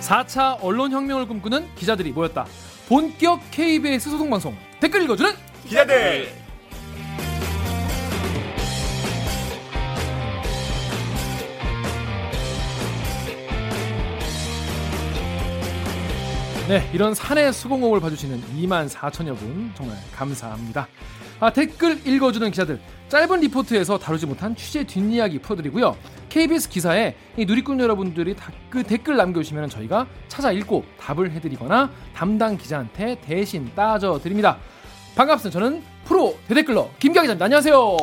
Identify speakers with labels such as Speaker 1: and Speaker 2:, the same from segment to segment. Speaker 1: 4차 언론혁명을 꿈꾸는 기자들이 모였다. 본격 KBS 소통방송 댓글 읽어주는
Speaker 2: 기자들
Speaker 1: 네, 이런 산의 수공업을 봐주시는 2만 4천여 분 정말 감사합니다. 아, 댓글 읽어주는 기자들 짧은 리포트에서 다루지 못한 취재 뒷이야기 풀어드리고요. KBS 기사에 이 누리꾼 여러분들이 다- 그 댓글 남겨주시면 저희가 찾아 읽고 답을 해드리거나 담당 기자한테 대신 따져드립니다. 반갑습니다. 저는 프로 대댓글러 김기아 기자입니다. 안녕하세요.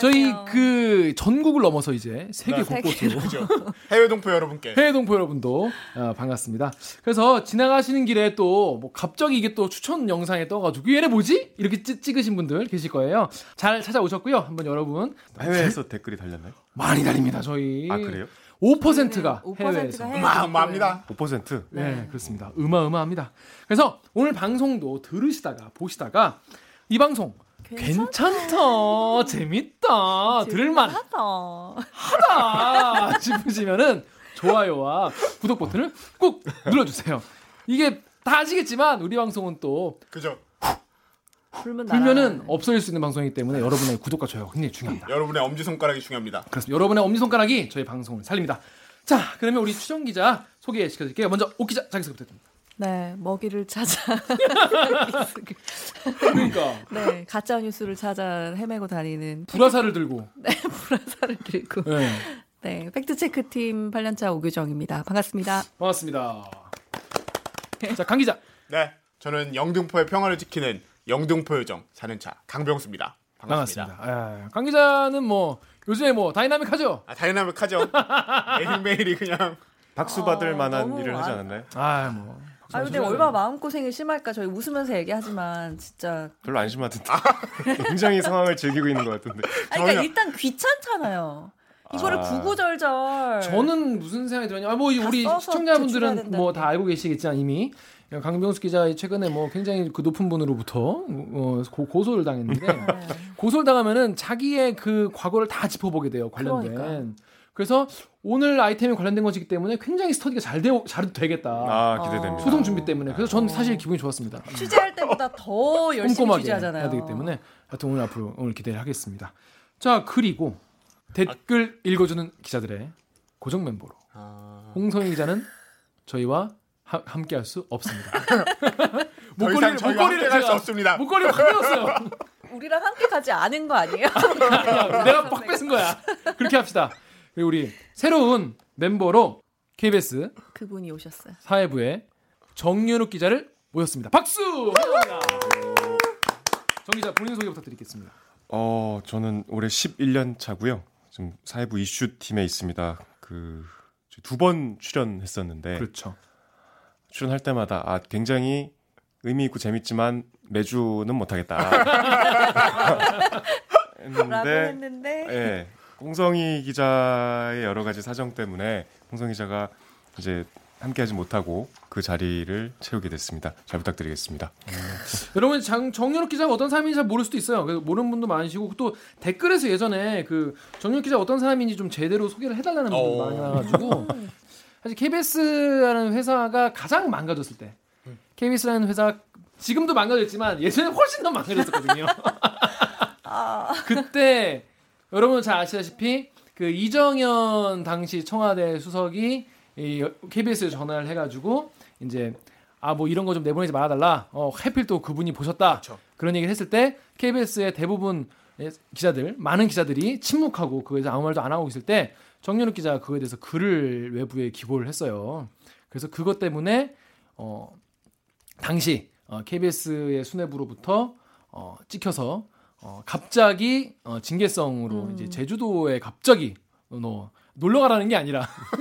Speaker 1: 저희
Speaker 3: 네,
Speaker 1: 그 전국을 넘어서 이제 세계
Speaker 2: 네,
Speaker 1: 곳곳으로
Speaker 2: 그죠 해외 동포 여러분께
Speaker 1: 해외 동포 여러분도 아, 반갑습니다. 그래서 지나가시는 길에 또 뭐 갑자기 이게 또 추천 영상에 떠가지고 얘네 뭐지? 이렇게 찌- 찍으신 분들 계실 거예요. 잘 찾아오셨고요. 한번 여러분
Speaker 4: 해외에서 댓글이 달렸나요?
Speaker 1: 많이 달립니다. 저희
Speaker 4: 아 그래요?
Speaker 1: 5%가
Speaker 3: 5%가
Speaker 1: 네. 해외에서.
Speaker 3: 해외
Speaker 2: 마마합니다
Speaker 4: 5%?
Speaker 1: 네, 그렇습니다. 음아음아합니다. 그래서 오늘 방송도 들으시다가 보시다가 이 방송 괜찮다,
Speaker 3: 네.
Speaker 1: 재밌다, 들을만
Speaker 3: 하다.
Speaker 1: 하다 싶으시면은 좋아요와 구독 버튼을 꾹 눌러주세요. 이게 다 아시겠지만 우리 방송은 또
Speaker 2: 그죠
Speaker 3: 불면
Speaker 1: 불면은
Speaker 3: 아.
Speaker 1: 없어질 수 있는 방송이기 때문에 여러분의 구독과 좋아요 가 굉장히 중요합니다.
Speaker 2: 여러분의 엄지손가락이 중요합니다
Speaker 1: 그렇습니다. 여러분의 엄지손가락이 저희 방송을 살립니다. 자, 그러면 우리 추정 기자 소개시켜드릴게요. 먼저 옥 기자 자기소개 부탁드립니다.
Speaker 3: 네 먹이를 찾아
Speaker 1: 그러니까
Speaker 3: 네 가짜 뉴스를 찾아 헤매고 다니는
Speaker 1: 불화살을 들고
Speaker 3: 불화사를 들고
Speaker 1: 네,
Speaker 3: 네 팩트 체크 팀 8년차 오규정입니다. 반갑습니다.
Speaker 1: 반갑습니다. 자, 강 기자.
Speaker 2: 네 저는 영등포의 평화를 지키는 영등포 요정 4년차 강병수입니다 반갑습니다,
Speaker 1: 반갑습니다. 예, 강 기자는 뭐 요즘에 뭐 다이나믹하죠?
Speaker 2: 아, 다이나믹하죠 매일매일이 그냥
Speaker 4: 박수 받을
Speaker 3: 어,
Speaker 4: 만한
Speaker 3: 너무
Speaker 4: 일을 하지
Speaker 3: 안-
Speaker 4: 않았나요?
Speaker 1: 아, 뭐
Speaker 3: 아 근데 얼마 마음 고생이 심할까 저희 웃으면서 얘기하지만 진짜
Speaker 4: 별로 안심하던데 굉장히 상황을 즐기고 있는 것 같은데.
Speaker 3: 아니, 그러니까
Speaker 2: 전혀-
Speaker 3: 일단 귀찮잖아요. 이거를
Speaker 4: 아.
Speaker 3: 구구절절.
Speaker 1: 저는 무슨 생각이 들었냐? 아, 뭐 이 우리
Speaker 3: 네. 써서 제출해야
Speaker 1: 시청자분들은
Speaker 3: 된다는
Speaker 1: 뭐
Speaker 3: 게.
Speaker 1: 다 알고 계시겠지만 이미 강병수 기자 최근에 뭐 굉장히 그 높은 분으로부터 어, 고, 고소를 당했는데
Speaker 3: 네.
Speaker 1: 고소를 당하면은 자기의 그 과거를 다 짚어보게 돼요 관련된.
Speaker 3: 그러니까.
Speaker 1: 그래서 오늘 아이템이 관련된 것이기 때문에 굉장히 스터디가 잘 되, 잘 되겠다.
Speaker 4: 아 기대됩니다.
Speaker 1: 소송 준비 때문에. 그래서 저는 사실 기분이 좋았습니다.
Speaker 3: 취재할 때보다 더 어. 열심히
Speaker 1: 꼼꼼하게
Speaker 3: 취재하잖아요.
Speaker 1: 해야 되기 때문에 하여튼 오늘 앞으로 오늘 기대를 하겠습니다. 자 그리고 댓글 읽어주는 기자들의 고정 멤버로
Speaker 2: 아,
Speaker 1: 홍성희 기자는 저희와 하- 함께할 수 없습니다.
Speaker 2: 더 이상 저희가 함께 갈수
Speaker 1: 제가-
Speaker 2: 없습니다.
Speaker 1: 목걸이를 확 빼었어요.
Speaker 3: 우리랑 함께 가지 않은 거 아니에요?
Speaker 1: 내가 빡 뺏은 거야. 그렇게 합시다. 그리고 우리 새로운 멤버로 KBS
Speaker 3: 그분이 오셨어요.
Speaker 1: 사회부의 정윤욱 기자를 모였습니다. 박수! 환영합니다.
Speaker 2: 네.
Speaker 1: 정 기자 본인 소개 부탁드리겠습니다.
Speaker 4: 어 저는 올해 11년 차고요. 지금 사회부 이슈 팀에 있습니다. 그 두 번 출연했었는데
Speaker 1: 그렇죠.
Speaker 4: 출연할 때마다 아 굉장히 의미 있고 재밌지만 매주는 못하겠다.
Speaker 3: 라고
Speaker 4: 했는데
Speaker 3: 했는데
Speaker 4: 예. 홍성희 기자의 여러 가지 사정 때문에 홍성희 기자가 이제 함께하지 못하고 그 자리를 채우게 됐습니다. 잘 부탁드리겠습니다.
Speaker 1: 여러분 장, 정윤욱 기자가 어떤 사람인지 잘 모를 수도 있어요. 그래서 모르는 분도 많으시고 또 댓글에서 예전에 그 정윤욱 기자 어떤 사람인지 좀 제대로 소개를 해달라는 분들
Speaker 2: 어.
Speaker 1: 많이 나가지고 사실 KBS라는 회사가 가장 망가졌을 때 KBS라는 회사 지금도 망가졌지만 예전에 훨씬 더 망가졌었거든요. 그때 여러분 잘 아시다시피 그 이정현 당시 청와대 수석이 이 KBS에 전화를 해가지고 이제 아 뭐 이런 거 좀 내보내지 말아달라. 어 해필 또 그분이 보셨다.
Speaker 2: 그쵸.
Speaker 1: 그런 얘기를 했을 때 KBS의 대부분 기자들 많은 기자들이 침묵하고 그거에 대해서 아무 말도 안 하고 있을 때 정윤욱 기자가 그거에 대해서 글을 외부에 기고를 했어요. 그래서 그것 때문에 어 당시 어, KBS의 수뇌부로부터 어, 찍혀서 어, 갑자기 어, 징계성으로 이제 제주도에 갑자기 어, 너 놀러 가라는 게 아니라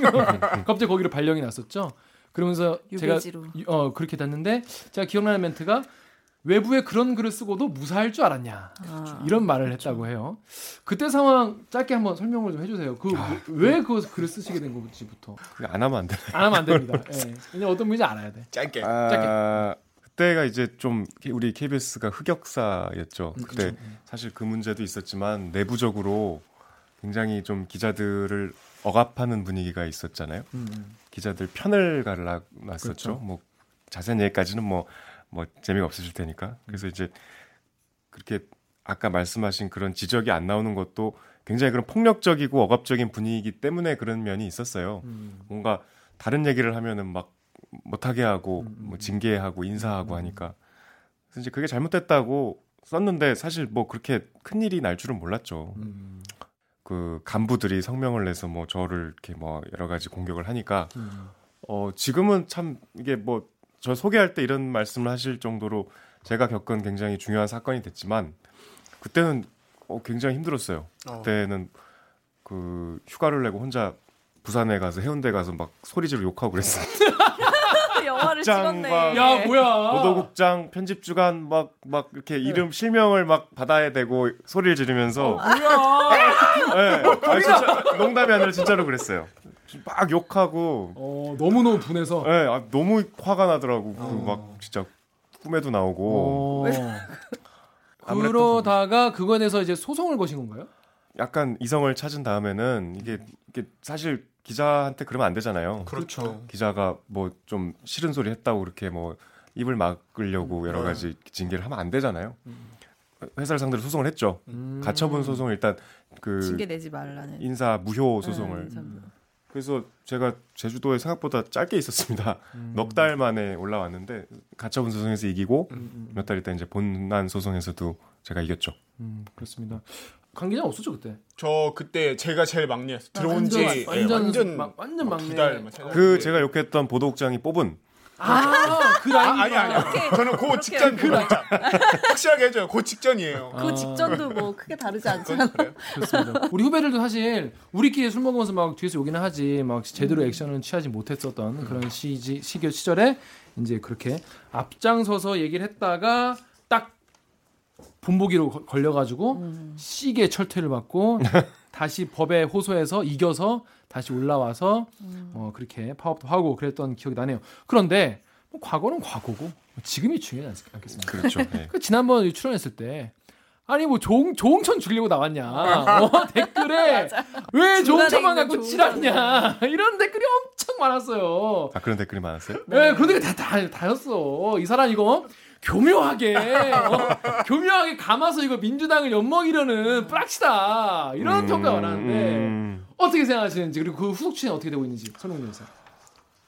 Speaker 1: 갑자기 거기로 발령이 났었죠. 그러면서
Speaker 3: 유배지로.
Speaker 1: 제가 유- 어 그렇게 됐는데 제가 기억나는 멘트가 외부에 그런 글을 쓰고도 무사할 줄 알았냐
Speaker 3: 아,
Speaker 1: 이런 말을 했다고 해요. 그때 상황 짧게 한번 설명을 좀 해주세요. 그 왜 그 글을 쓰시게 된 건지부터
Speaker 4: 그게 안 하면 안 되나요?
Speaker 1: 안 하면 안 됩니다. 예. 근데 어떤 분인지 알아야 돼.
Speaker 2: 예, 짧게
Speaker 4: 아, 그때가 이제 좀 K- 우리 KBS가 흑역사였죠. 그때
Speaker 1: 음, 그쵸.
Speaker 4: 사실 그 문제도 있었지만
Speaker 1: 음,
Speaker 4: 내부적으로 굉장히 좀 기자들을 억압하는 분위기가 있었잖아요. 기자들 편을 갈라놨었죠. 뭐 자세한 얘기까지는 뭐 뭐 재미가 없으실 테니까. 그래서 이제 그렇게 아까 말씀하신 그런 지적이 안 나오는 것도 굉장히 그런 폭력적이고 억압적인 분위기 때문에 그런 면이 있었어요.
Speaker 1: 음,
Speaker 4: 뭔가 다른 얘기를 하면은 막 못하게 하고 뭐 징계하고 인사하고 하니까 그래서 이제 그게 잘못됐다고 썼는데 사실 뭐 그렇게 큰 일이 날 줄은 몰랐죠.
Speaker 1: 음.
Speaker 4: 그 간부들이 성명을 내서 뭐 저를 이렇게 뭐 여러 가지 공격을 하니까
Speaker 1: 음.
Speaker 4: 어 지금은 참 이게 뭐 저 소개할 때 이런 말씀을 하실 정도로 제가 겪은 굉장히 중요한 사건이 됐지만 그때는 어 굉장히 힘들었어요.
Speaker 2: 어.
Speaker 4: 그때는 그 휴가를 내고 혼자 부산에 가서 해운대 가서 막 소리 지르고 욕하고 그랬어요.
Speaker 3: 영화를
Speaker 4: 극장과-
Speaker 3: 찍었네.
Speaker 1: 야 뭐야?
Speaker 4: 보도국장 편집주간 막 막 이렇게 이름 실명을 막 받아야 되고 소리를 지르면서
Speaker 1: 어. 뭐야?
Speaker 4: 예. 아, 진짜 농담이 아니라 진짜로 그랬어요. 막 욕하고
Speaker 1: 어 너무너무 분해서.
Speaker 4: 예, 아, 너무 화가 나더라고. 그 막 진짜 꿈에도 나오고
Speaker 1: 어.
Speaker 4: 아무래도
Speaker 1: 그러다가 그거에 대해서 이제 소송을 거신 건가요?
Speaker 4: 약간 이성을 찾은 다음에는 이게, 이게 사실 기자한테 그러면 안 되잖아요.
Speaker 2: 그렇죠.
Speaker 4: 기자가 뭐 좀 싫은 소리 했다고 그렇게 뭐 입을 막으려고 여러
Speaker 2: 네.
Speaker 4: 가지 징계를 하면 안 되잖아요. 회사를 상대로 소송을 했죠.
Speaker 1: 음.
Speaker 4: 가처분 소송 일단 그
Speaker 3: 징계 내지 말라는.
Speaker 4: 인사 무효 소송을
Speaker 3: 음,
Speaker 4: 그래서 제가 제주도에 생각보다 짧게 있었습니다. 넉 달 만에 올라왔는데 가처분 소송에서 이기고 몇 달 있다 이제 본난 소송에서도 제가 이겼죠.
Speaker 1: 음 그렇습니다. 관계자 없었죠 그때?
Speaker 2: 저 그때 제가 제일 막내였어. 들어온 지
Speaker 1: 아, 완전
Speaker 2: 예,
Speaker 1: 완전
Speaker 2: 완전
Speaker 1: 막- 완전
Speaker 2: 막
Speaker 1: 막내.
Speaker 2: 두 달, 막세달
Speaker 4: 그
Speaker 2: 정도에.
Speaker 4: 제가 욕했던 보도국장이 뽑은
Speaker 1: 아그 라인.
Speaker 2: 아, 아니 아니.
Speaker 3: 이렇게-
Speaker 2: 저는 그 직전 그 직전. 확실하게 해줘요. 그 직전이에요.
Speaker 1: 아.
Speaker 3: 그 직전도 뭐 크게 다르지 않잖아.
Speaker 2: 그래요?
Speaker 1: 그렇습니다. 우리 후배들도 사실 우리끼리 술 먹으면서 막 뒤에서 욕이나 하지 막 제대로 액션은 취하지 못했었던 그런 시지 시교 시절에 이제 그렇게 앞장서서 얘기를 했다가 딱 본보기로 거- 걸려가지고 시계 철퇴를 받고 다시 법에 호소해서 이겨서 다시 올라와서 어, 그렇게 파업도 하고 그랬던 기억이 나네요. 그런데 뭐 과거는 과거고 뭐 지금이 중요하지 않- 않겠습니까?
Speaker 4: 그렇죠. 예.
Speaker 1: 그 지난번 출연했을 때 아니 뭐 종, 종천 죽이려고 나왔냐 어, 댓글에 왜 종천만
Speaker 3: 중간에
Speaker 1: 갖고
Speaker 3: 있는
Speaker 1: 지랄냐 이런 댓글이 엄청 많았어요
Speaker 4: 아 그런 댓글이 많았어요.
Speaker 1: 예 그런데 다다 다였어 이 사람 이거 교묘하게 어, 교묘하게 감아서 이거 민주당을 엿먹이려는 뿌락시다 이런 평가가 많았는데
Speaker 4: 음.
Speaker 1: 어떻게 생각하시는지 그리고 그 후속 추진 어떻게 되고 있는지 설명해주세요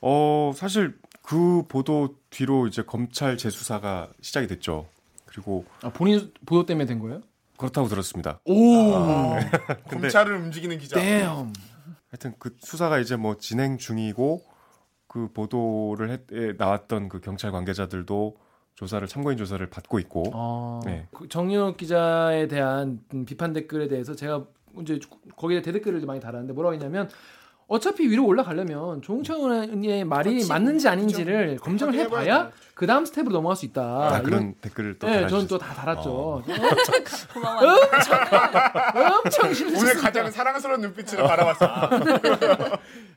Speaker 4: 어 사실 그 보도 뒤로 이제 검찰 재수사가 시작이 됐죠. 그리고
Speaker 1: 아, 본인 보도 때문에 된 거예요?
Speaker 4: 그렇다고 들었습니다.
Speaker 1: 오 아,
Speaker 2: 검찰을 움직이는 기자.
Speaker 3: 네.
Speaker 1: damn
Speaker 4: 하여튼 그 수사가 이제 뭐 진행 중이고 그 보도를 했, 에, 나왔던 그 경찰 관계자들도 조사를 참고인 조사를 받고 있고
Speaker 1: 어,
Speaker 4: 네.
Speaker 1: 그 정윤호 기자에 대한 음, 비판 댓글에 대해서 제가 이제 거기에 대댓글을 이제 많이 달았는데 뭐라고 했냐면 어차피 위로 올라가려면 조홍천의 말이
Speaker 3: 그렇지.
Speaker 1: 맞는지 아닌지를 검증을 해봐야 그 다음 스텝으로 넘어갈 수 있다.
Speaker 4: 아, 그런 댓글을 또
Speaker 1: 네, 저는
Speaker 4: 달아주셨어요.
Speaker 1: 또 다 달았죠.
Speaker 4: 어.
Speaker 3: 고마워.
Speaker 1: 엄청
Speaker 2: 오늘
Speaker 1: 실수했어요.
Speaker 2: 가장 사랑스러운 눈빛으로 바라봤어. 아,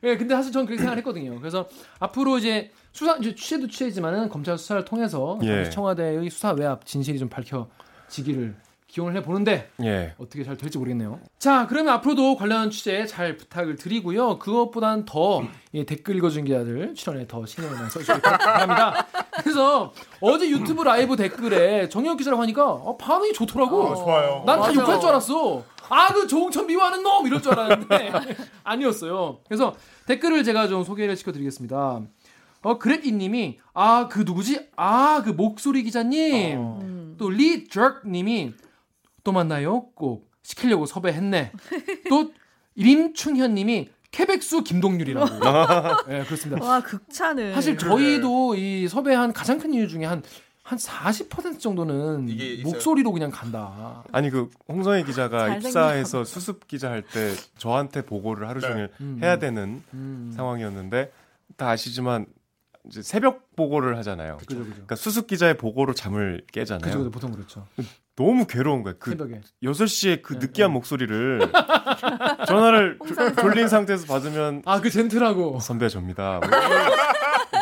Speaker 1: 예, 근데 사실 저는 그렇게 생각했거든요. 그래서 앞으로 이제 수사 이제 취재도 취재지만은 검찰 수사를 통해서
Speaker 4: 예.
Speaker 1: 당시 청와대의 수사 외압 진실이 좀 밝혀지기를 기원을 해 보는데
Speaker 4: 예.
Speaker 1: 어떻게 잘 될지 모르겠네요. 자, 그러면 앞으로도 관련 취재 잘 부탁을 드리고요. 그것보단 더이 댓글 읽어준 기자들 출연에 더 신경을 많이 써주시기 바랍니다. 그래서 어제 유튜브 라이브 댓글에 정혁 기자라고 하니까 어, 반응이 좋더라고.
Speaker 2: 좋아요.
Speaker 1: 난 다
Speaker 3: 어, 맞아.
Speaker 1: 욕할 줄 알았어. 아, 그 조홍천 미워하는 놈! 이럴 줄 알았는데 아니었어요. 그래서 댓글을 제가 좀 소개를 시켜드리겠습니다. 어, 그레이 님이 아, 그 누구지? 아, 그 목소리 기자님.
Speaker 3: 음.
Speaker 1: 또 리드럭 님이 또 만나요. 꼭 시키려고 섭외했네. 또 림충현 님이 케백수 김동률이라고. 예, 그렇습니다.
Speaker 3: 와 극찬을.
Speaker 1: 사실 저희도 이 섭외한 가장 큰 이유 중에 한 한 40% 정도는
Speaker 2: 이게 있어요.
Speaker 1: 목소리로 그냥 간다.
Speaker 4: 아니 그 홍성희 기자가
Speaker 3: 잘생긴
Speaker 4: 입사해서 수습 기자 할 때 저한테 보고를 하루 종일 해야 되는
Speaker 1: 음.
Speaker 4: 상황이었는데 다 아시지만 이제 새벽 보고를 하잖아요. 그
Speaker 1: 그죠,
Speaker 4: 러
Speaker 1: 그죠.
Speaker 4: 니까 수습 기자의 보고로 잠을
Speaker 1: 그죠,
Speaker 4: 깨잖아요.
Speaker 1: 그죠. 보통 그렇죠.
Speaker 4: 너무 괴로운 거야. 그
Speaker 1: 새벽에. 네,
Speaker 4: 6시에 그 느끼한 목소리를 전화를 졸- 졸린 상태에서 받으면
Speaker 1: 아, 그 젠틀하고.
Speaker 4: 선배 접니다. 뭐 이런-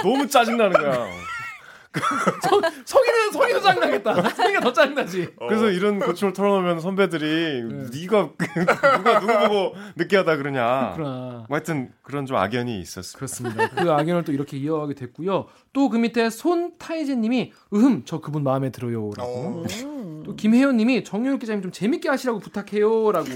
Speaker 4: 너무 짜증나는 거야.
Speaker 1: 성희는 성희도 짜증나겠다. 성희가 더 짜증나지.
Speaker 4: 어. 그래서 이런 고충을 털어놓으면 선배들이 네가 누가 누구 보고 느끼하다 그러냐. 뭐
Speaker 1: 그러나
Speaker 4: 하여튼 그런 좀 악연이 있었습니다.
Speaker 1: 그렇습니다. 그 악연을 또 이렇게 이어가게 됐고요. 또 그 밑에 손타이제님이 으흠 저 그분 마음에 들어요라고. 또 김혜연님이 정유욱 기자님 좀 재밌게 하시라고 부탁해요라고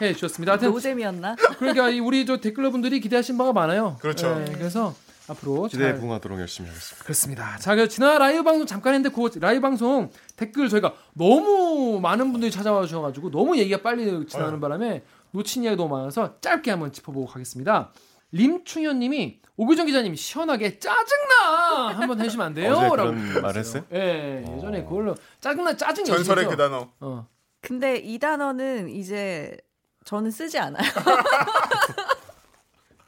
Speaker 1: 해 주셨습니다. 하여튼
Speaker 3: 노잼이었나?
Speaker 1: 그러니까 이 우리 저 댓글러 분들이 기대하신 바가 많아요.
Speaker 2: 그렇죠.
Speaker 1: 예, 그래서 앞으로
Speaker 4: 기대에
Speaker 1: 잘
Speaker 4: 부응하도록 열심히 하겠습니다.
Speaker 1: 그렇습니다. 자, 그 지난 라이브 방송 잠깐 했는데 그 라이브 방송 댓글 저희가 너무 많은 분들이 찾아와 주셔가지고 너무 얘기가 빨리 지나가는
Speaker 4: 네.
Speaker 1: 바람에 놓친 이야기 너무 많아서 짧게 한번 짚어보고 가겠습니다. 림충현님이 오규정 기자님 시원하게 짜증나 한번 해주시면 안 돼요?
Speaker 4: 어제
Speaker 1: 라고
Speaker 4: 그런 말 했어요?
Speaker 1: 예, 예전에 그걸로 짜증나 짜증이
Speaker 2: 전설의
Speaker 1: 있었죠.
Speaker 2: 그 단어.
Speaker 1: 어.
Speaker 3: 근데 이 단어는 이제 저는 쓰지 않아요.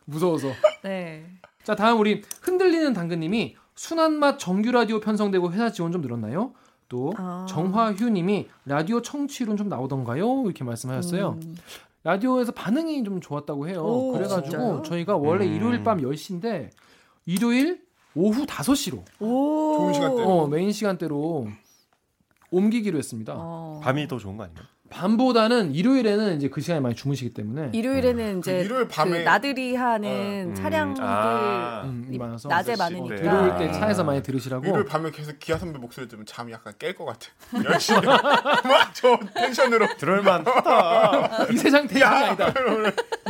Speaker 1: 무서워서.
Speaker 3: 네.
Speaker 1: 자, 다음 우리 흔들리는 당근님이 순한 맛 정규 라디오 편성되고 회사 지원 좀 늘었나요? 또
Speaker 3: 아.
Speaker 1: 정화휴님이 라디오 청취율은 좀 나오던가요? 이렇게 말씀하셨어요.
Speaker 3: 음.
Speaker 1: 라디오에서 반응이 좀 좋았다고 해요.
Speaker 3: 오,
Speaker 1: 그래가지고
Speaker 3: 진짜요?
Speaker 1: 저희가 원래
Speaker 4: 음.
Speaker 1: 일요일 밤 10시인데 일요일 오후 5시로
Speaker 3: 오.
Speaker 2: 좋은 시간대.
Speaker 1: 어, 메인 시간대로 옮기기로 했습니다.
Speaker 3: 어.
Speaker 4: 밤이 더 좋은 거 아니에요?
Speaker 1: 밤보다는 일요일에는 이제 그 시간에 많이 주무시기 때문에
Speaker 3: 일요일에는 이제
Speaker 2: 그 일요일 밤에-
Speaker 3: 그 나들이 하는
Speaker 4: 음,
Speaker 3: 차량들
Speaker 4: 아.
Speaker 1: 음,
Speaker 3: 이-
Speaker 1: 많아서
Speaker 3: 낮에
Speaker 2: 그렇지.
Speaker 3: 많으니까.
Speaker 1: 들어올 때
Speaker 4: 아.
Speaker 1: 차에서 많이 들으시라고
Speaker 2: 네. 일요일 밤에 계속 기아 선배 목소리 들으면 잠이 약간 깰 것 같아. 열심히 막저 텐션으로.
Speaker 4: 들을만
Speaker 1: 이 세상 텐션이 아니다.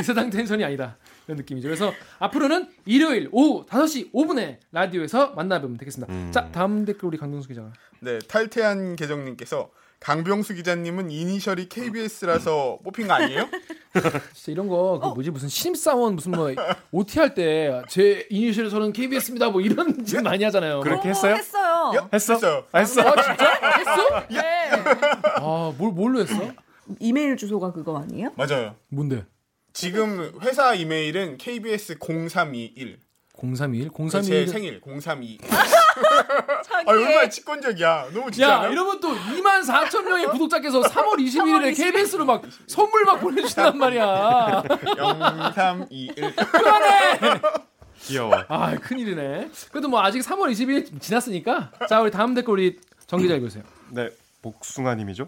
Speaker 1: 이 세상 텐션이 아니다. 이런 느낌이죠. 그래서 앞으로는 일요일 오후 5시 5분에 라디오에서 만나보면 되겠습니다. 자, 다음 댓글 우리 강동수 기자가.
Speaker 2: 네, 탈퇴한 계정님께서 강병수 기자님은 이니셜이 KBS라서 뽑힌 거 아니에요?
Speaker 1: 진짜 이런 거, 그 뭐지, 무슨 신입사원, 무슨 뭐, OT 할 때 제 이니셜 저는 KBS입니다. 뭐 이런 짓 많이 하잖아요. 뭐.
Speaker 4: 그래. 그렇게
Speaker 3: 어,
Speaker 4: 했어요?
Speaker 3: 했어요.
Speaker 4: 했어?
Speaker 2: 했어요.
Speaker 4: 아, 했어?
Speaker 1: 아, 진짜? 했어?
Speaker 3: 네.
Speaker 1: 아, 뭘, 뭘로 했어?
Speaker 3: 이메일 주소가 그거 아니에요?
Speaker 2: 맞아요.
Speaker 1: 뭔데?
Speaker 2: 지금 회사 이메일은 KBS 0321.
Speaker 1: 031?
Speaker 2: 그제
Speaker 1: 031?
Speaker 2: 생일 0321.
Speaker 3: 자기
Speaker 2: 아, 얼마나 직권적이야. 너무 진짜.
Speaker 1: 야, 이러면 또 2만 4천 명의 구독자께서 3월 21일에 KBS로 막 선물 막 보내주신단 말이야.
Speaker 2: 0321.
Speaker 4: 귀여워.
Speaker 1: 아 큰일이네. 그래도 뭐 아직 3월 20일 지났으니까 자 우리 다음 댓글 우리 정 기자 읽으세요.
Speaker 4: 네, 복숭아님이죠.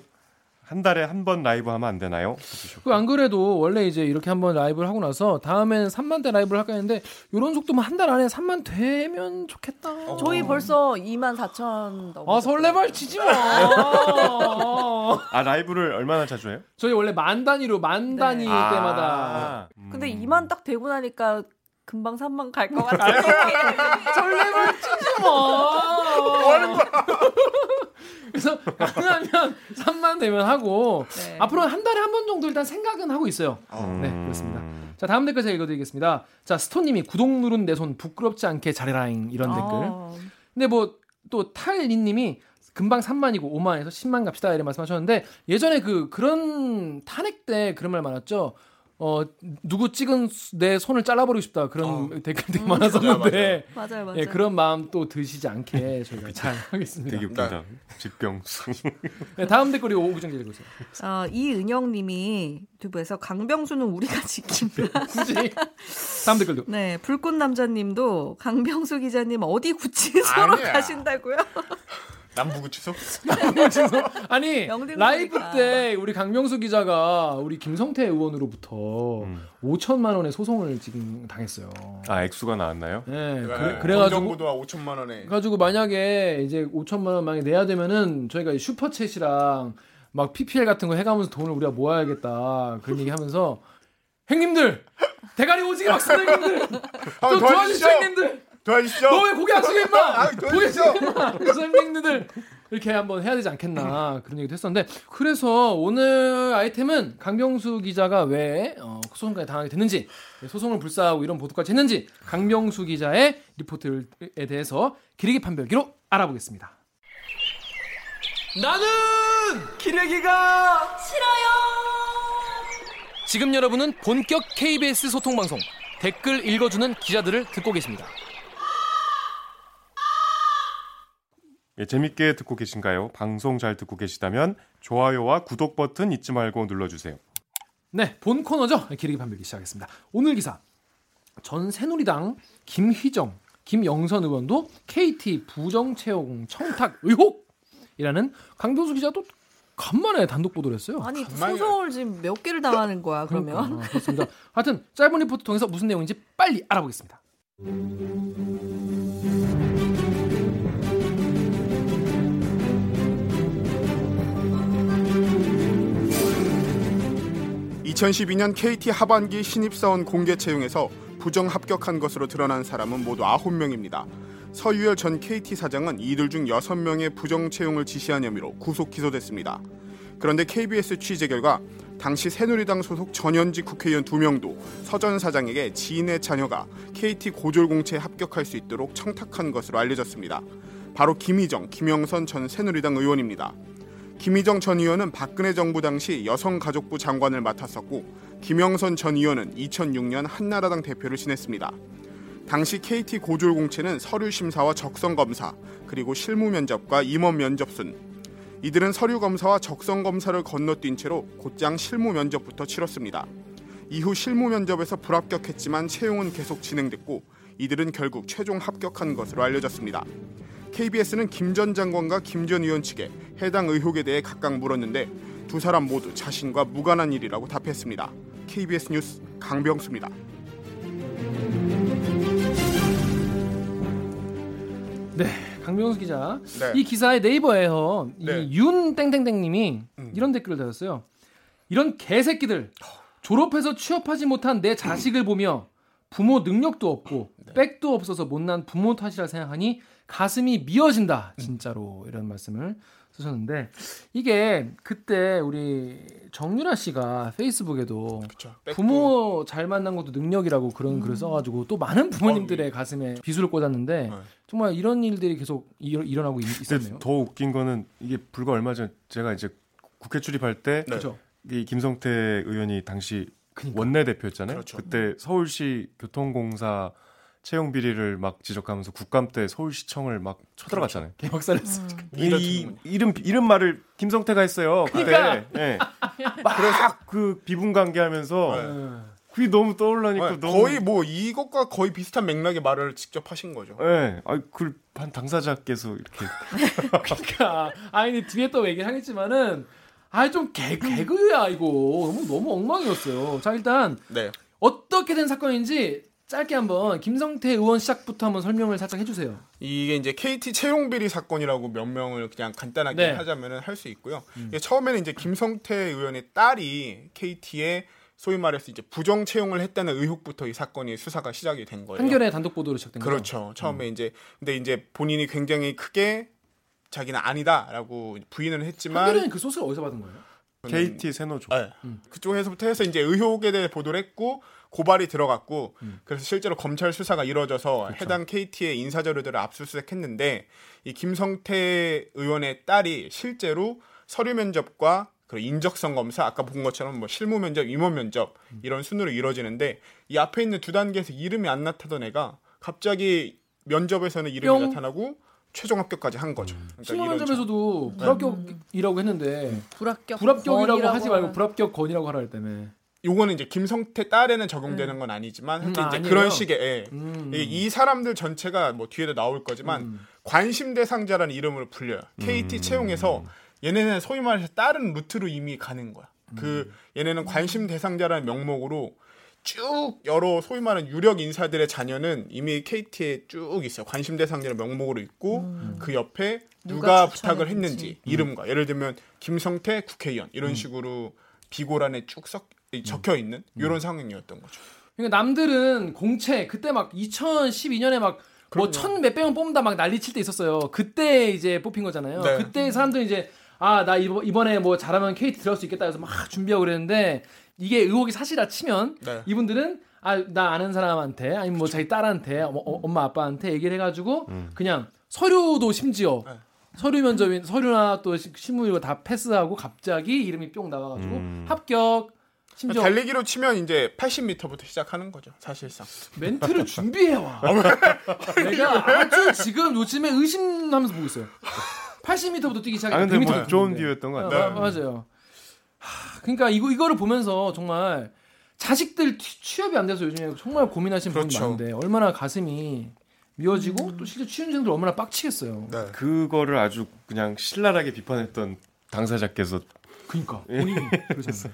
Speaker 4: 한 달에 한 번 라이브 하면 안 되나요? 해주셨고.
Speaker 1: 그 안 그래도 원래 이제 이렇게 한번 라이브를 하고 나서 다음에는 3만 대 라이브를 할까 했는데 요런 속도면 뭐 한 달 안에 3만 되면 좋겠다.
Speaker 3: 저희 벌써 2만 4천 넘어.
Speaker 1: 아 설레발 치지 마.
Speaker 4: 아 라이브를 얼마나 자주 해요?
Speaker 1: 저희 원래 만 단위로 만
Speaker 3: 네.
Speaker 1: 단위 때마다
Speaker 4: 아, 음.
Speaker 3: 근데 2만 딱 되고 나니까 금방 3만 갈 것
Speaker 1: 네.
Speaker 3: 같아요.
Speaker 1: 설레발 치지 마. 그래서 가능하면 3만 되면 하고
Speaker 3: 네.
Speaker 1: 앞으로 한 달에 한 번 정도 일단 생각은 하고 있어요.
Speaker 4: 음.
Speaker 1: 네 그렇습니다. 자 다음 댓글 제가 읽어드리겠습니다. 자 스톤님이 구독 누른 내 손 부끄럽지 않게 잘해라잉 이런 댓글.
Speaker 3: 아,
Speaker 1: 근데 뭐 또 탈리님이 금방 3만이고 5만에서 10만 갑시다 이런 말씀하셨는데 예전에 그 그런 탄핵 때 그런 말 많았죠. 어 누구 찍은 수- 내 손을 잘라버리고 싶다 그런 댓글 되게 많았었는데
Speaker 3: 어. 음. 맞아요, 맞아요.
Speaker 1: 예 그런 마음 또 드시지 않게 저희가 잘 하겠습니다.
Speaker 4: 되게 웃긴다. 집병수.
Speaker 1: 네, 다음 댓글 우리 오구정 씨 읽으세요.
Speaker 3: 어, 이은영님이 유튜브에서 강병수는 우리가 지킨다.
Speaker 1: 굳이 다음 댓글도
Speaker 3: 네, 불꽃 남자님도 강병수 기자님 어디 구치소로
Speaker 2: 아니야.
Speaker 3: 가신다고요?
Speaker 2: 남부구치소?
Speaker 1: 아니
Speaker 3: 영등포니까.
Speaker 1: 라이브 때 우리 강명수 기자가 우리 김성태 의원으로부터
Speaker 2: 음.
Speaker 1: 5천만 원의 소송을 지금 당했어요.
Speaker 4: 아 액수가 나왔나요?
Speaker 1: 예,
Speaker 2: 네.
Speaker 1: 그래, 그래가지고
Speaker 2: 정보도와 5천만 원에.
Speaker 1: 가지고 만약에 이제 5천만 원 만약에 내야 되면은 저희가 이 슈퍼챗이랑 막 PPL 같은 거 해가면서 돈을 우리가 모아야겠다 그런 얘기하면서 형님들 대가리 오지게 막 쓰는 형님들 좀
Speaker 2: 한번
Speaker 1: 도와주세요
Speaker 2: 아, 도와주시죠.
Speaker 1: 형님들
Speaker 2: 도와주시죠.
Speaker 1: 너 왜 고개 안 숙여
Speaker 2: 아,
Speaker 1: 임마 고개
Speaker 2: 도와주시죠.
Speaker 1: 숙여 그래서 형님들 이렇게 한번 해야 되지 않겠나 그런 얘기도 했었는데 그래서 오늘 아이템은 강병수 기자가 왜 어, 소송까지 당하게 됐는지 소송을 불사하고 이런 보도까지 했는지 강병수 기자의 리포트에 대해서 기르기 판별기로 알아보겠습니다 나는 기레기가 싫어요 지금 여러분은 본격 KBS 소통방송 댓글 읽어주는 기자들을 듣고 계십니다
Speaker 4: 예, 재밌게 듣고 계신가요? 방송 잘 듣고 계시다면 좋아요와 구독 버튼 잊지 말고 눌러주세요.
Speaker 1: 네, 본 코너죠. 기르기 판별기 시작하겠습니다. 오늘 기사 전 새누리당 김희정 김영선 의원도 KT 부정채용 청탁 의혹이라는 강병수 기자도 간만에 단독 보도를 했어요.
Speaker 3: 아니
Speaker 2: 간만이야.
Speaker 3: 소송을 지금 몇 개를 당하는 거야 그러면
Speaker 1: 그러니까, 아, 그렇습니다. 하여튼 짧은 리포트 통해서 무슨 내용인지 빨리 알아보겠습니다.
Speaker 2: 네. 2012년 KT 하반기 신입사원 공개 채용에서 부정 합격한 것으로 드러난 사람은 모두 9명입니다. 서유열 전 KT 사장은 이들 중 6명의 부정 채용을 지시한 혐의로 구속 기소됐습니다. 그런데 KBS 취재 결과 당시 새누리당 소속 전현직 국회의원 2명도 서전 사장에게 지인의 자녀가 KT 고졸공채에 합격할 수 있도록 청탁한 것으로 알려졌습니다. 바로 김희정, 김영선 전 새누리당 의원입니다. 김희정 전 의원은 박근혜 정부 당시 여성가족부 장관을 맡았었고 김영선 전 의원은 2006년 한나라당 대표를 지냈습니다. 당시 KT 고졸 공채는 서류 심사와 적성 검사 그리고 실무 면접과 임원 면접 순 이들은 서류 검사와 적성 검사를 건너뛴 채로 곧장 실무 면접부터 치렀습니다. 이후 실무 면접에서 불합격했지만 채용은 계속 진행됐고 이들은 결국 최종 합격한 것으로 알려졌습니다. KBS는 김 전 장관과 김 전 의원 측에 해당 의혹에 대해 각각 물었는데 두 사람 모두 자신과 무관한 일이라고 답했습니다. KBS 뉴스 강병수입니다.
Speaker 1: 강병수 기자.
Speaker 2: 네.
Speaker 1: 이 기사의 네이버에서
Speaker 2: 네. 음.
Speaker 1: 이 윤 땡땡땡님이 이런 댓글을 달았어요. 이런 개새끼들 졸업해서 취업하지 못한 내
Speaker 2: 음.
Speaker 1: 자식을 보며 부모 능력도 없고
Speaker 2: 네.
Speaker 1: 백도 없어서 못난 부모 탓이라 생각하니 가슴이
Speaker 2: 음.
Speaker 1: 미어진다 진짜로 이런 말씀을 쓰셨는데 이게 그때 우리 정유라 씨가 페이스북에도 부모 잘 만난 것도 능력이라고 그런 글을 써가지고 또 많은 부모님들의 가슴에 비수를 꽂았는데
Speaker 2: 어, 예. 네.
Speaker 1: 정말 이런 일들이 계속 일, 어나고 있었네요.
Speaker 4: 더 웃긴 거는 이게 불과 얼마 전 제가 이제 국회 출입할 때
Speaker 2: 네.
Speaker 1: 그렇죠.
Speaker 4: 이 김성태 의원이 당시 원내 대표였잖아요.
Speaker 2: 그렇죠.
Speaker 4: 그때 서울시 교통공사 채용 비리를 막 지적하면서 국감 때 서울시청을 막 쳐들어갔잖아요.
Speaker 1: 개박살냈어.
Speaker 4: 이, 이 이름 이름 말을 김성태가 했어요. 그때
Speaker 1: 그러니까.
Speaker 4: 예. 막그 비분관계하면서
Speaker 1: 네.
Speaker 4: 그게 너무 떠올라니까 너무
Speaker 2: 거의 뭐 이것과 거의 비슷한 맥락의 말을 직접 하신 거죠.
Speaker 4: 예. 아, 그걸 한 당사자께서 이렇게
Speaker 1: 그러니까 아니 근데 뒤에 또 얘기를 하겠지만은 아좀 개그야 이거 너무 너무 엉망이었어요. 자 일단
Speaker 2: 네.
Speaker 1: 어떻게 된 사건인지 짧게 한번 김성태 의원 시작부터 한번 설명을 살짝 해주세요.
Speaker 2: 이게 이제 KT 채용 비리 사건이라고 몇 명을 그냥 간단하게
Speaker 1: 네.
Speaker 2: 하자면은 할 수 있고요. 이게 처음에는 이제 김성태 의원의 딸이 KT에 소위 말해서 이제 부정 채용을 했다는 의혹부터 이 사건이 수사가 시작이 된 거예요.
Speaker 1: 한겨레 단독 보도로 시작된 거죠.
Speaker 2: 그렇죠. 처음에 이제 근데 이제 본인이 굉장히 크게 자기는 아니다라고 부인을 했지만
Speaker 1: 한겨레는 그 소스를 어디서 받은 거예요?
Speaker 4: KT 세노조.
Speaker 2: 네.
Speaker 1: 음.
Speaker 2: 그쪽에서부터 해서 이제 의혹에 대해 보도를 했고 고발이 들어갔고
Speaker 1: 음.
Speaker 2: 그래서 실제로 검찰 수사가 이루어져서
Speaker 1: 그렇죠.
Speaker 2: 해당 KT의 인사 자료들을 압수수색했는데 이 김성태 의원의 딸이 실제로 서류 면접과 그 인적성 검사 아까 본 것처럼 뭐 실무 면접, 임원 면접
Speaker 1: 음.
Speaker 2: 이런 순으로 이루어지는데 이 앞에 있는 두 단계에서 이름이 안 나타던 애가 갑자기 면접에서는 이름이
Speaker 1: 뿅. 음.
Speaker 2: 나타나고 최종 합격까지 한 거죠. 그러니까
Speaker 1: 신문
Speaker 2: 이런 점.
Speaker 1: 면접에서도 불합격이라고 했는데
Speaker 3: 불합격
Speaker 1: 불합격이라고 하지 말고
Speaker 3: 건이라고
Speaker 1: 불합격 건이라고 하라 했다며.
Speaker 2: 요거는 이제 김성태 딸에는 적용되는 건 아니지만 하여튼
Speaker 1: 음, 아,
Speaker 2: 이제
Speaker 1: 아니에요?
Speaker 2: 그런 식의 예.
Speaker 1: 음.
Speaker 2: 이게 이 사람들 전체가 뭐 뒤에도 나올 거지만
Speaker 3: 음.
Speaker 2: 관심 대상자라는 이름으로 불려요. KT 채용에서 얘네는 소위 말해서 다른 루트로 이미 가는 거야. 그
Speaker 3: 음.
Speaker 2: 얘네는 관심 대상자라는 명목으로 쭉 여러 소위 말하는 유력 인사들의 자녀는 이미 KT에 쭉 있어요. 관심 대상자라는 명목으로 있고 그 옆에 누가,
Speaker 3: 음. 누가
Speaker 2: 부탁을
Speaker 3: 추천했는지. 음.
Speaker 2: 했는지 이름과 예를 들면 김성태 국회의원 이런 식으로 비고란에 쭉 섞, 적혀 있는
Speaker 3: 음.
Speaker 2: 이런 상황이었던 거죠.
Speaker 1: 그러니까 남들은 공채 그때 막 2012년에 막 뭐 천 몇백 명 뽑는다 막 난리 칠 때 있었어요. 그때 이제 뽑힌 거잖아요.
Speaker 2: 네.
Speaker 1: 그때 사람들이 이제 아 나 이번에 뭐 잘하면 KT 들어갈 수 있겠다 해서 막 준비하고 그랬는데 이게 의혹이 사실이라 치면
Speaker 2: 네.
Speaker 1: 이분들은 아 나 아는 사람한테 아니면 뭐 자기 딸한테 어, 어, 엄마 아빠한테 얘기를 해가지고
Speaker 4: 음.
Speaker 1: 그냥 서류도 심지어
Speaker 2: 네.
Speaker 1: 서류 면접인 서류나 또 시- 신문 이거 다 패스하고 갑자기 이름이 뿅 나와가지고
Speaker 4: 음.
Speaker 1: 합격 심지어
Speaker 2: 달리기로 치면 이제 80m부터 시작하는 거죠. 사실상.
Speaker 1: 멘트를 준비해 와.
Speaker 2: 어,
Speaker 1: 내가 아주 지금 요즘에 의심하면서 보고 있어요. 80m부터 뛰기
Speaker 4: 아
Speaker 1: 시작해.
Speaker 4: 근데 뭐
Speaker 1: 100m.
Speaker 4: 좋은 비유였던 것
Speaker 1: 아,
Speaker 4: 같아요.
Speaker 1: 마- 맞아요. 하, 그러니까 이거 이거를 보면서 정말 자식들 취- 취업이 안 돼서 요즘에 정말 고민하시는
Speaker 2: 그렇죠.
Speaker 1: 분이 많은데 얼마나 가슴이 미워지고 또 실제 취준생들 얼마나 빡치겠어요.
Speaker 2: 네.
Speaker 4: 그거를 아주 그냥 신랄하게 비판했던 당사자께서
Speaker 1: 그러니까 본인이 그러잖아요.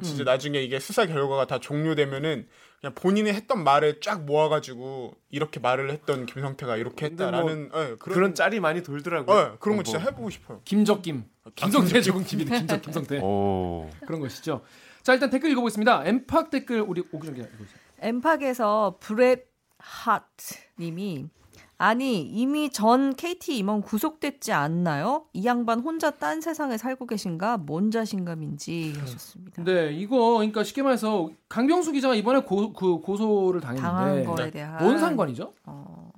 Speaker 2: 진짜 나중에 이게 수사 결과가 다 종료되면은 그냥 본인이 했던 말을 쫙 모아가지고 이렇게 말을 했던 김성태가 이렇게
Speaker 4: 근데 뭐
Speaker 2: 했다라는 예,
Speaker 4: 그런, 뭐 어,
Speaker 2: 그런
Speaker 4: 짤이 많이 돌더라고요.
Speaker 2: 예, 그런 거 진짜 해보고 싶어요.
Speaker 1: 김적김. 아, 김성태 네. 어. 조금 김이 김적 김성태
Speaker 4: 오.
Speaker 1: 그런 것이죠. 자 일단 댓글 읽어보겠습니다. 엠팍 댓글 우리 오기정 기자 읽어주세요.
Speaker 3: 엠팍에서 브렛 핫님이 아니 이미 전 KT 임원 구속됐지 않나요? 이 양반 혼자 딴 세상에 살고 계신가 뭔 자신감인지 하셨습니다.
Speaker 1: 네, 이거 그러니까 쉽게 말해서 강병수 기자가 이번에 고, 그 고소를
Speaker 3: 당한
Speaker 1: 당했는데
Speaker 3: 거에 대한
Speaker 1: 네. 뭔 상관이죠?
Speaker 3: 어,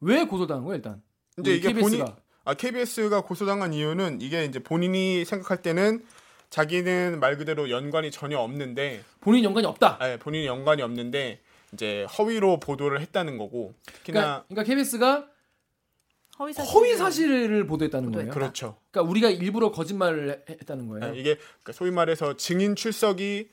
Speaker 1: 왜 고소당한 거예요 일단?
Speaker 2: 이제
Speaker 1: 우리
Speaker 2: 이게
Speaker 1: KBS
Speaker 2: 본인
Speaker 1: 가.
Speaker 2: 아, KBS가 고소당한 이유는 이게 이제 본인이 생각할 때는 자기는 말 그대로 연관이 전혀 없는데
Speaker 1: 본인 연관이 없다.
Speaker 2: 아, 예, 본인이 연관이 없는데 이제 허위로 보도를 했다는 거고
Speaker 1: 그러니까,
Speaker 2: 특히나
Speaker 1: 그러니까 KBS가
Speaker 3: 허위 사실.
Speaker 1: 허위 사실을 보도했다는 거예요.
Speaker 2: 그렇죠
Speaker 1: 그러니까 우리가 일부러 거짓말을 해- 했다는 거예요.
Speaker 2: 네, 이게 그러니까 소위 말해서 증인 출석이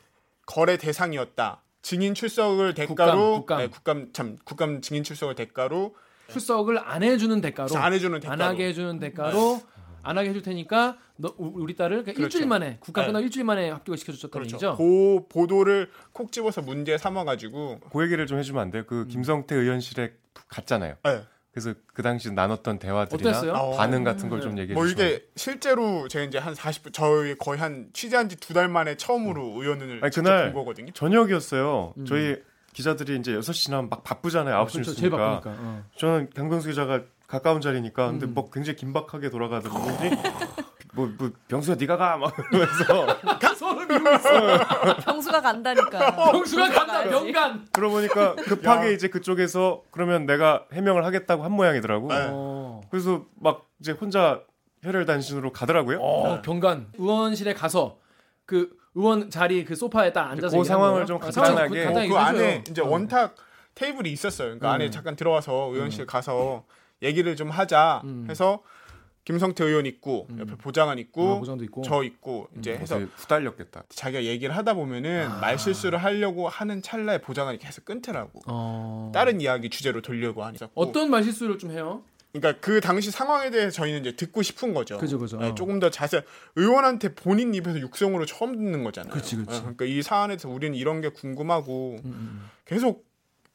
Speaker 2: 거래 대상이었다. 증인 출석을 대가로
Speaker 1: 국감, 국감.
Speaker 2: 네, 국감 참 국감 증인 출석을 대가로
Speaker 1: 출석을 안 해주는 대가로
Speaker 2: 안 해주는 대가로 네.
Speaker 1: 안 하게 해주는 대가로 안 하게 해줄 테니까 너 우- 우리 딸을 그러니까
Speaker 2: 그렇죠.
Speaker 1: 일주일 만에 국가
Speaker 2: 네.
Speaker 1: 끝나고 일주일 만에 합격을 시켜줬다는
Speaker 2: 그렇죠.
Speaker 1: 얘기죠.
Speaker 2: 그 보도를 콕 집어서 문제 삼아가지고
Speaker 4: 그 얘기를 좀 해주면 안 돼요? 그 김성태 의원실에 갔잖아요.
Speaker 2: 네,
Speaker 4: 그래서 그 당시 나눴던 대화들이나
Speaker 1: 어땠어요?
Speaker 4: 반응 같은 걸 좀 얘기해
Speaker 2: 뭐
Speaker 4: 주시면.
Speaker 2: 이게 실제로 제가 이제 한 40분 저희 거의 한 취재한 지 두 달 만에 처음으로 의원을
Speaker 4: 아니,
Speaker 2: 직접
Speaker 4: 그날-
Speaker 2: 본 거거든요. 지
Speaker 4: 저녁이었어요. 저희 기자들이 이제 6시 지나면 막 바쁘잖아요. 9시
Speaker 1: 음. 그렇죠.
Speaker 4: 뉴스니까.
Speaker 1: 제일 바쁘니까. 음. 어.
Speaker 4: 저는 강병수 기자가 가까운 자리니까 근데 뭐 굉장히 긴박하게 돌아가던지 어. 뭐, 뭐 병수야 네가 가막 그러면서
Speaker 1: 소름이 있어.
Speaker 3: 병수가
Speaker 2: 어,
Speaker 3: 간다니까.
Speaker 1: 아,
Speaker 3: 어,
Speaker 1: 병수가 간다. 병간.
Speaker 4: 그러고 보니까 급하게 이제 그쪽에서 그러면 내가 해명을 하겠다고 한 모양이더라고.
Speaker 2: 네.
Speaker 1: 어.
Speaker 4: 그래서 막 이제 혼자 혈혈단신으로 가더라고요.
Speaker 1: 어, 병간 의원실에 가서 그 의원 자리 그 소파에 딱 앉아서
Speaker 4: 그
Speaker 1: 얘기한
Speaker 4: 상황을
Speaker 1: 거예요?
Speaker 4: 좀
Speaker 1: 아, 상황
Speaker 4: 간단하게.
Speaker 1: 간단히
Speaker 2: 그
Speaker 1: 얘기해줘요.
Speaker 2: 안에 이제
Speaker 1: 어.
Speaker 2: 원탁 테이블이 있었어요. 그러니까
Speaker 1: 음.
Speaker 2: 안에 잠깐 들어와서 의원실 가서 얘기를 좀 하자
Speaker 1: 음.
Speaker 2: 해서 김성태 의원 있고 옆에 보좌관 있고
Speaker 1: 아, 보장도 있고. 음.
Speaker 2: 저 있고 이제 해서
Speaker 4: 그래서 후달렸겠다.
Speaker 2: 자기가 얘기를 하다 보면은
Speaker 1: 아.
Speaker 2: 말 실수를 하려고 하는 찰나에 보좌관이 계속 끊더라고.
Speaker 1: 어.
Speaker 2: 다른 이야기 주제로 돌려고 하니까.
Speaker 1: 어떤 말 실수를 좀 해요?
Speaker 2: 그러니까 그 당시 상황에 대해 저희는 이제 듣고 싶은 거죠.
Speaker 1: 그죠, 그죠.
Speaker 2: 네,
Speaker 1: 어.
Speaker 2: 조금 더 자세 의원한테 본인 입에서 육성으로 처음 듣는 거잖아요.
Speaker 1: 그치, 그치.
Speaker 2: 네, 그러니까 이 사안에서 우리는 이런 게 궁금하고
Speaker 1: 음,
Speaker 2: 계속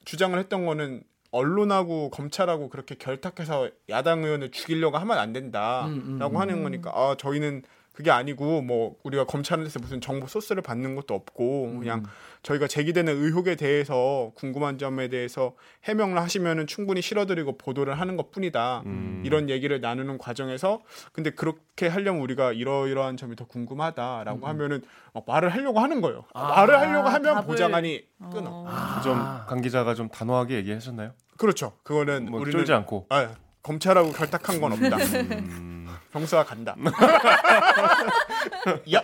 Speaker 2: 주장을 했던 거는 언론하고 검찰하고 그렇게 결탁해서 야당 의원을 죽이려고 하면 안 된다라고
Speaker 1: 음, 음,
Speaker 2: 하는 거니까 아 저희는 그게 아니고 뭐 우리가 검찰에서 무슨 정보 소스를 받는 것도 없고
Speaker 1: 음.
Speaker 2: 그냥 저희가 제기되는 의혹에 대해서 궁금한 점에 대해서 해명을 하시면은 충분히 실어드리고 보도를 하는 것뿐이다
Speaker 4: 음.
Speaker 2: 이런 얘기를 나누는 과정에서 근데 그렇게 하려면 우리가 이러이러한 점이 더 궁금하다라고 하면은 막 말을 하려고 하는 거예요 말을 하려고 하면
Speaker 3: 답을-
Speaker 2: 보좌관이 아, 끊어
Speaker 4: 아, 좀 강 기자가 좀 단호하게 얘기하셨나요?
Speaker 2: 그렇죠. 그거는
Speaker 4: 뭐
Speaker 2: 우리는
Speaker 4: 쫄지 않고.
Speaker 2: 아, 검찰하고 결탁한 건 없다.
Speaker 4: 음.
Speaker 2: 병수가 간다. 야,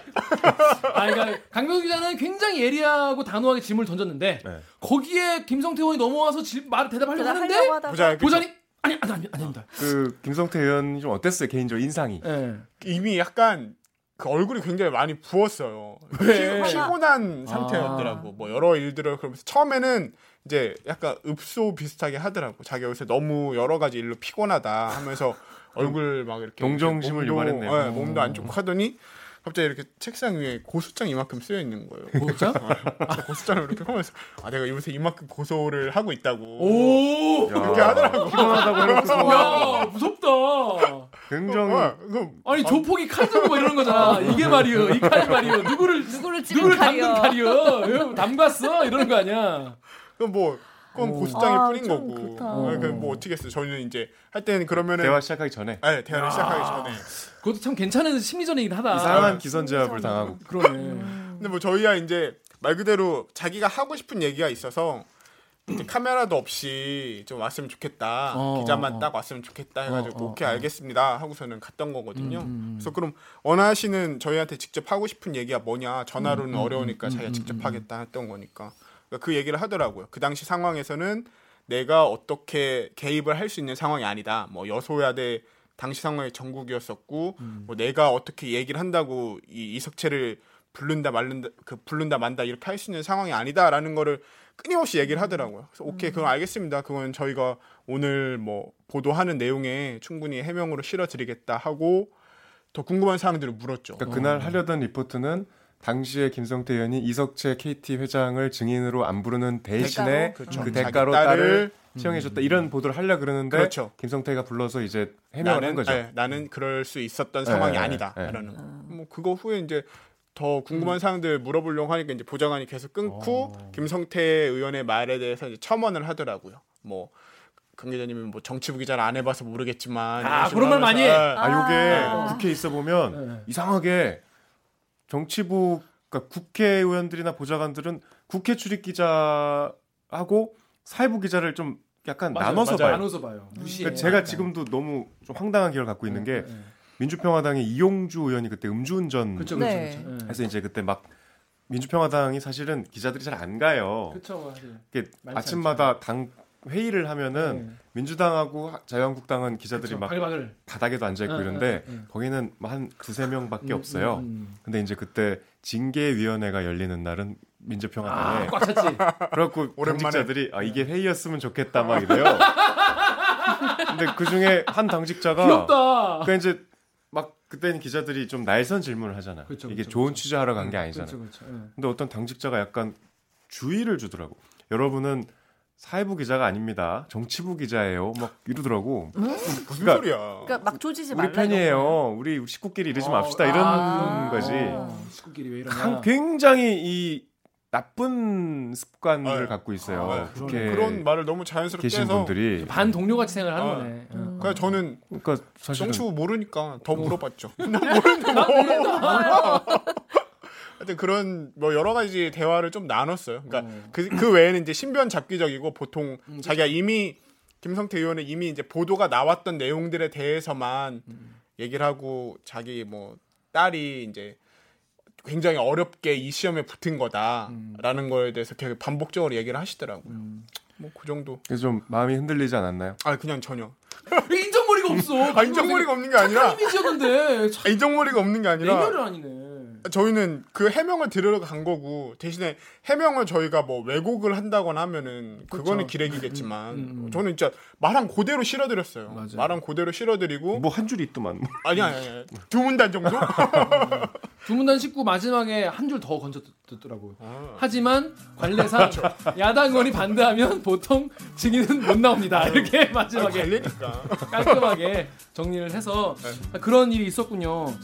Speaker 1: 아, 그러니까 강병수 기자는 굉장히 예리하고 단호하게 질문을 던졌는데
Speaker 4: 네.
Speaker 1: 거기에 김성태 의원이 넘어와서 질- 말 대답하려고 하는데
Speaker 3: 하려고 하다가
Speaker 2: 보자.
Speaker 1: 보자니 아니 아니 아니, 아닙니다.
Speaker 4: 그 김성태 의원이 좀 어땠어요? 개인적으로 인상이.
Speaker 1: 예.
Speaker 2: 이미 약간 그 얼굴이 굉장히 많이 부었어요.
Speaker 1: 왜?
Speaker 2: 피, 곤한
Speaker 4: 아.
Speaker 2: 상태였더라고. 뭐 여러 일들을 그러면서 처음에는 이제 약간 읍소 비슷하게 하더라고. 자기가 요새 너무 여러 가지 일로 피곤하다 하면서 얼굴 막 이렇게
Speaker 4: 동정심을
Speaker 2: 몸도-
Speaker 4: 유발했네요. 음.
Speaker 2: 예, 몸도 안 좋고 하더니 갑자기 이렇게 책상 위에 고소장 이만큼 쓰여 있는 거예요.
Speaker 4: 뭐,
Speaker 2: 아,
Speaker 1: 보자.
Speaker 2: 고소장을 이렇게 보면서 아 내가 요새 이만큼 고소를 하고 있다고.
Speaker 1: 오.
Speaker 2: 그렇게 하더라고.
Speaker 4: 아, 피곤하다고 해놓고서
Speaker 1: 야 무섭다.
Speaker 4: 어. 굉장히
Speaker 2: 어, 그거
Speaker 1: 아니 조폭이 칼 들고 막 이러는 거잖아. 이게 말이여 이칼 말이여 누구를
Speaker 3: 누구를 찌른
Speaker 1: 누구를 담근
Speaker 3: 칼이여.
Speaker 1: 칼이여 이거 담갔어 이러는 거 아니야.
Speaker 2: 그건 뭐 그건
Speaker 1: 오.
Speaker 2: 고수장일
Speaker 3: 아,
Speaker 2: 뿐인
Speaker 3: 좀
Speaker 2: 거고.
Speaker 3: 그렇다.
Speaker 2: 어, 그건 뭐 어떻게 했어? 저희는 이제 할 때는 그러면은
Speaker 4: 대화 시작하기 전에
Speaker 2: 네, 대화를 시작하기 전에.
Speaker 1: 그것도 참 괜찮은 심리전이긴 하다.
Speaker 4: 이상한 기선 제압을 당하고
Speaker 1: 그러네.
Speaker 2: 근데 뭐 저희야 이제 말 그대로 자기가 하고 싶은 얘기가 있어서 이제 카메라도 없이 좀 왔으면 좋겠다.
Speaker 1: 어,
Speaker 2: 기자만
Speaker 1: 어,
Speaker 2: 딱 왔으면 좋겠다 해가지고
Speaker 1: 어, 어,
Speaker 2: 오케이
Speaker 1: 어.
Speaker 2: 알겠습니다 하고서는 갔던 거거든요.
Speaker 1: 음, 음, 음.
Speaker 2: 그래서 그럼 원하시는 저희한테 직접 하고 싶은 얘기가 뭐냐 전화로는
Speaker 1: 음,
Speaker 2: 어려우니까 자기가 직접 하겠다 했던 거니까 그러니까 그 얘기를 하더라고요. 그 당시 상황에서는 내가 어떻게 개입을 할 수 있는 상황이 아니다. 뭐 여소야대 당시 상황의 전국이었었고
Speaker 1: 음.
Speaker 2: 뭐 내가 어떻게 얘기를 한다고 이 이석채를 부른다 말른다 그 부른다 만다 이렇게 할 수 있는 상황이 아니다라는 거를 끊임없이 얘기를 하더라고요. 그래서
Speaker 4: 음.
Speaker 2: 오케이 그건 알겠습니다. 그건 저희가 오늘 뭐 보도하는 내용에 충분히 해명으로 실어드리겠다 하고 더 궁금한 사항들을 물었죠.
Speaker 4: 그러니까 그날 하려던 리포트는 당시에 김성태 의원이 이석채 KT 회장을 증인으로 안 부르는 대신에 그
Speaker 2: 그렇죠. 자기
Speaker 4: 대가로
Speaker 2: 딸을-
Speaker 4: 딸을 채용해줬다 이런 보도를 하려 그러는데
Speaker 2: 그렇죠.
Speaker 4: 김성태가 불러서 이제 해명을 한
Speaker 2: 나는
Speaker 4: 거죠. 음.
Speaker 2: 예, 나는 그럴 수 있었던
Speaker 4: 예,
Speaker 2: 상황이
Speaker 4: 예, 예.
Speaker 2: 아니다라는 거. 뭐 그거 후에 이제 더
Speaker 4: 음.
Speaker 2: 궁금한 사항들 물어보려고 하니까 이제 보좌관이 계속 끊고
Speaker 4: 어.
Speaker 2: 김성태 의원의 말에 대해서 이제 첨언을 하더라고요. 뭐 관계자님이 뭐 정치부 기자를 안 해봐서 모르겠지만
Speaker 1: 아,
Speaker 2: 이런 식으로
Speaker 1: 그런 말 많이 해.
Speaker 2: 하면서, 예.
Speaker 4: 아, 요게
Speaker 3: 아.
Speaker 4: 국회에 있어 보면
Speaker 1: 네.
Speaker 4: 이상하게 정치부 그러니까 국회의원들이나 보좌관들은 국회 출입 기자하고 사회부 기자를 좀 약간
Speaker 1: 맞아요,
Speaker 4: 나눠서
Speaker 1: 맞아요.
Speaker 4: 봐요.
Speaker 1: 나눠서 봐요. 무시해.
Speaker 4: 그러니까 제가 지금도 너무 좀 황당한 기억을 갖고 있는 게
Speaker 1: 네.
Speaker 4: 민주평화당의 이용주 의원이 그때 음주운전
Speaker 1: 그렇죠,
Speaker 3: 네.
Speaker 1: 그렇죠. 그렇죠.
Speaker 4: 해서 이제 그때 막 민주평화당이 사실은 기자들이 잘 안 가요.
Speaker 1: 그렇죠. 네.
Speaker 4: 이게
Speaker 1: 많지
Speaker 4: 아침마다 당 회의를 하면은
Speaker 1: 네.
Speaker 4: 민주당하고 하- 자유한국당은 기자들이 막
Speaker 1: 바글바글.
Speaker 4: 바닥에도 앉아 있고
Speaker 1: 응,
Speaker 4: 이런데
Speaker 1: 응, 응.
Speaker 4: 거기는 뭐한 두세 명밖에
Speaker 1: 음,
Speaker 4: 없어요.
Speaker 1: 음,
Speaker 4: 근데 이제 그때 징계위원회가 열리는 날은
Speaker 1: 아,
Speaker 4: 민주평화당에
Speaker 1: 꽉 찼지.
Speaker 4: 그래갖고
Speaker 2: 오랜만에.
Speaker 4: 당직자들이 아
Speaker 1: 네.
Speaker 4: 이게 회의였으면 좋겠다 막 이래요. 근데 그 중에 한 당직자가
Speaker 1: 귀엽다.
Speaker 4: 그러니까 이제 막 그때는 기자들이 좀 날선 질문을 하잖아.
Speaker 1: 그쵸,
Speaker 4: 이게
Speaker 1: 그쵸,
Speaker 4: 좋은
Speaker 1: 그쵸.
Speaker 4: 취재하러 간 게 아니잖아.
Speaker 1: 그렇죠, 그렇죠. 네.
Speaker 4: 근데 어떤 당직자가 약간 주의를 주더라고. 여러분은 사회부 기자가 아닙니다. 정치부 기자예요. 막 이러더라고.
Speaker 2: 무슨
Speaker 4: 그러니까-
Speaker 2: 소리야?
Speaker 3: 그러니까 막 조지지 말라.
Speaker 4: 우리 팬이에요. 우리 식구끼리 이러지
Speaker 1: 어,
Speaker 4: 맙시다. 이런 거지. 그
Speaker 1: 어, 식구끼리 왜 이러냐.
Speaker 4: 강- 굉장히 이 나쁜 습관을
Speaker 2: 아,
Speaker 4: 갖고 있어요.
Speaker 2: 아, 네.
Speaker 4: 국회에
Speaker 2: 그런 말을 너무 자연스럽게
Speaker 4: 계신
Speaker 2: 해서
Speaker 4: 분들이.
Speaker 1: 반 동료 같이 생활을 하는
Speaker 4: 어.
Speaker 2: 아.
Speaker 1: 거네. 예. 응.
Speaker 2: 그냥 저는
Speaker 4: 그러니까 사실은
Speaker 2: 정치부 모르니까 더 물어봤죠. 나 음. 모르는데 뭐. 하여튼 그런 뭐 여러 가지 대화를 좀 나눴어요. 그러니까
Speaker 1: 어.
Speaker 2: 그, 그 외에는 이제 신변 잡기적이고 보통 자기가 이미 김성태 의원은 이미 이제 보도가 나왔던 내용들에 대해서만 얘기를 하고 자기 뭐 딸이 이제 굉장히 어렵게 이 시험에 붙은 거다라는 거에 대해서 되게 반복적으로 얘기를 하시더라고요. 뭐 그 정도.
Speaker 4: 그래서 좀 마음이 흔들리지 않았나요?
Speaker 2: 아 그냥 전혀.
Speaker 1: 인정머리가 없어. 그
Speaker 2: 아, 인정머리가 없는 게 아니라
Speaker 1: 이미지였는데.
Speaker 2: 아, 인정머리가 없는 게 아니라
Speaker 1: 내면은 아니네.
Speaker 2: 저희는 그 해명을 들으러 간 거고 대신에 해명을 저희가 뭐 왜곡을 한다거나 하면은 그거는 기레기겠지만 저는 진짜 말한 그대로 실어드렸어요.
Speaker 1: 음, 맞아요.
Speaker 2: 말한 그대로 실어드리고
Speaker 4: 뭐 한 줄이 있더만.
Speaker 2: 아니 아니, 아니 두 문단 정도?
Speaker 1: 아, 두문단 식구 마지막에 한 줄 더 건졌더라고요.
Speaker 4: 어.
Speaker 1: 하지만 관례상
Speaker 4: 그렇죠.
Speaker 1: 야당원이 반대하면 보통 증인은 못
Speaker 4: 아,
Speaker 1: 나옵니다. 이렇게 마지막에
Speaker 2: 관리니까.
Speaker 4: 네.
Speaker 1: 깔끔하게 정리를 해서 그런 일이 있었군요.